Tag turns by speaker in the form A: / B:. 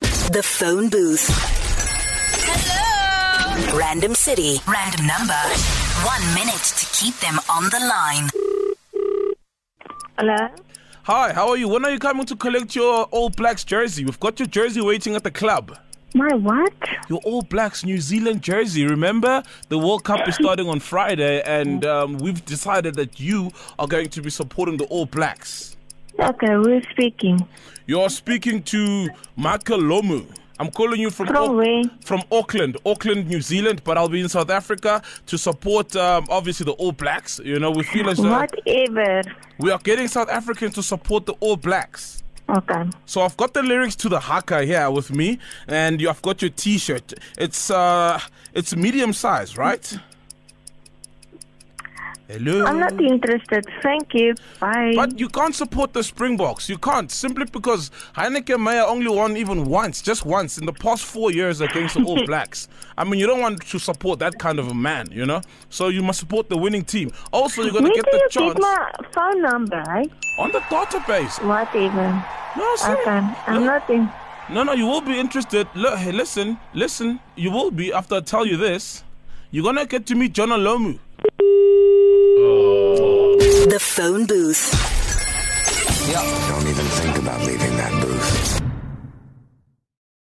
A: The phone booth. Hello. Random city, random number. One minute to keep them on the line.
B: Hello.
C: Hi, how are you? When are you coming to collect your All Blacks jersey? We've got your jersey waiting at the club.
B: My what?
C: Your All Blacks New Zealand jersey. Remember, the World Cup is starting on Friday, and um, we've decided that you are going to be supporting the All Blacks.
B: Okay, we're speaking.
C: You're speaking to Michael Lomu. I'm calling you from
B: From where?
C: from Auckland, Auckland, New Zealand, but I'll be in South Africa to support um, obviously the All Blacks. You know, we feel as though
B: Whatever.
C: we are getting South Africans to support the All Blacks.
B: Okay.
C: So I've got the lyrics to the haka here with me, and you- I've got your T-shirt. It's uh, it's medium size, right? Hello.
B: I'm not interested. Thank you. Bye.
C: Um, but you can't support the Springboks. You can't simply because Heineken Meyer only won even once, just once in the past four years against the All Blacks. I mean, you don't want to support that kind of a man, you know. So you must support the winning team. Also, you're gonna
B: Where
C: get
B: do
C: the
B: you
C: chance
B: get my phone number, right?
C: on the database.
B: Whatever.
C: No, sir.
B: Okay. I'm not in.
C: No, no, you will be interested. Look, hey, listen, listen. You will be after I tell you this. You're gonna get to meet John Olomu.
A: The phone booth.
D: Don't even think about leaving that booth.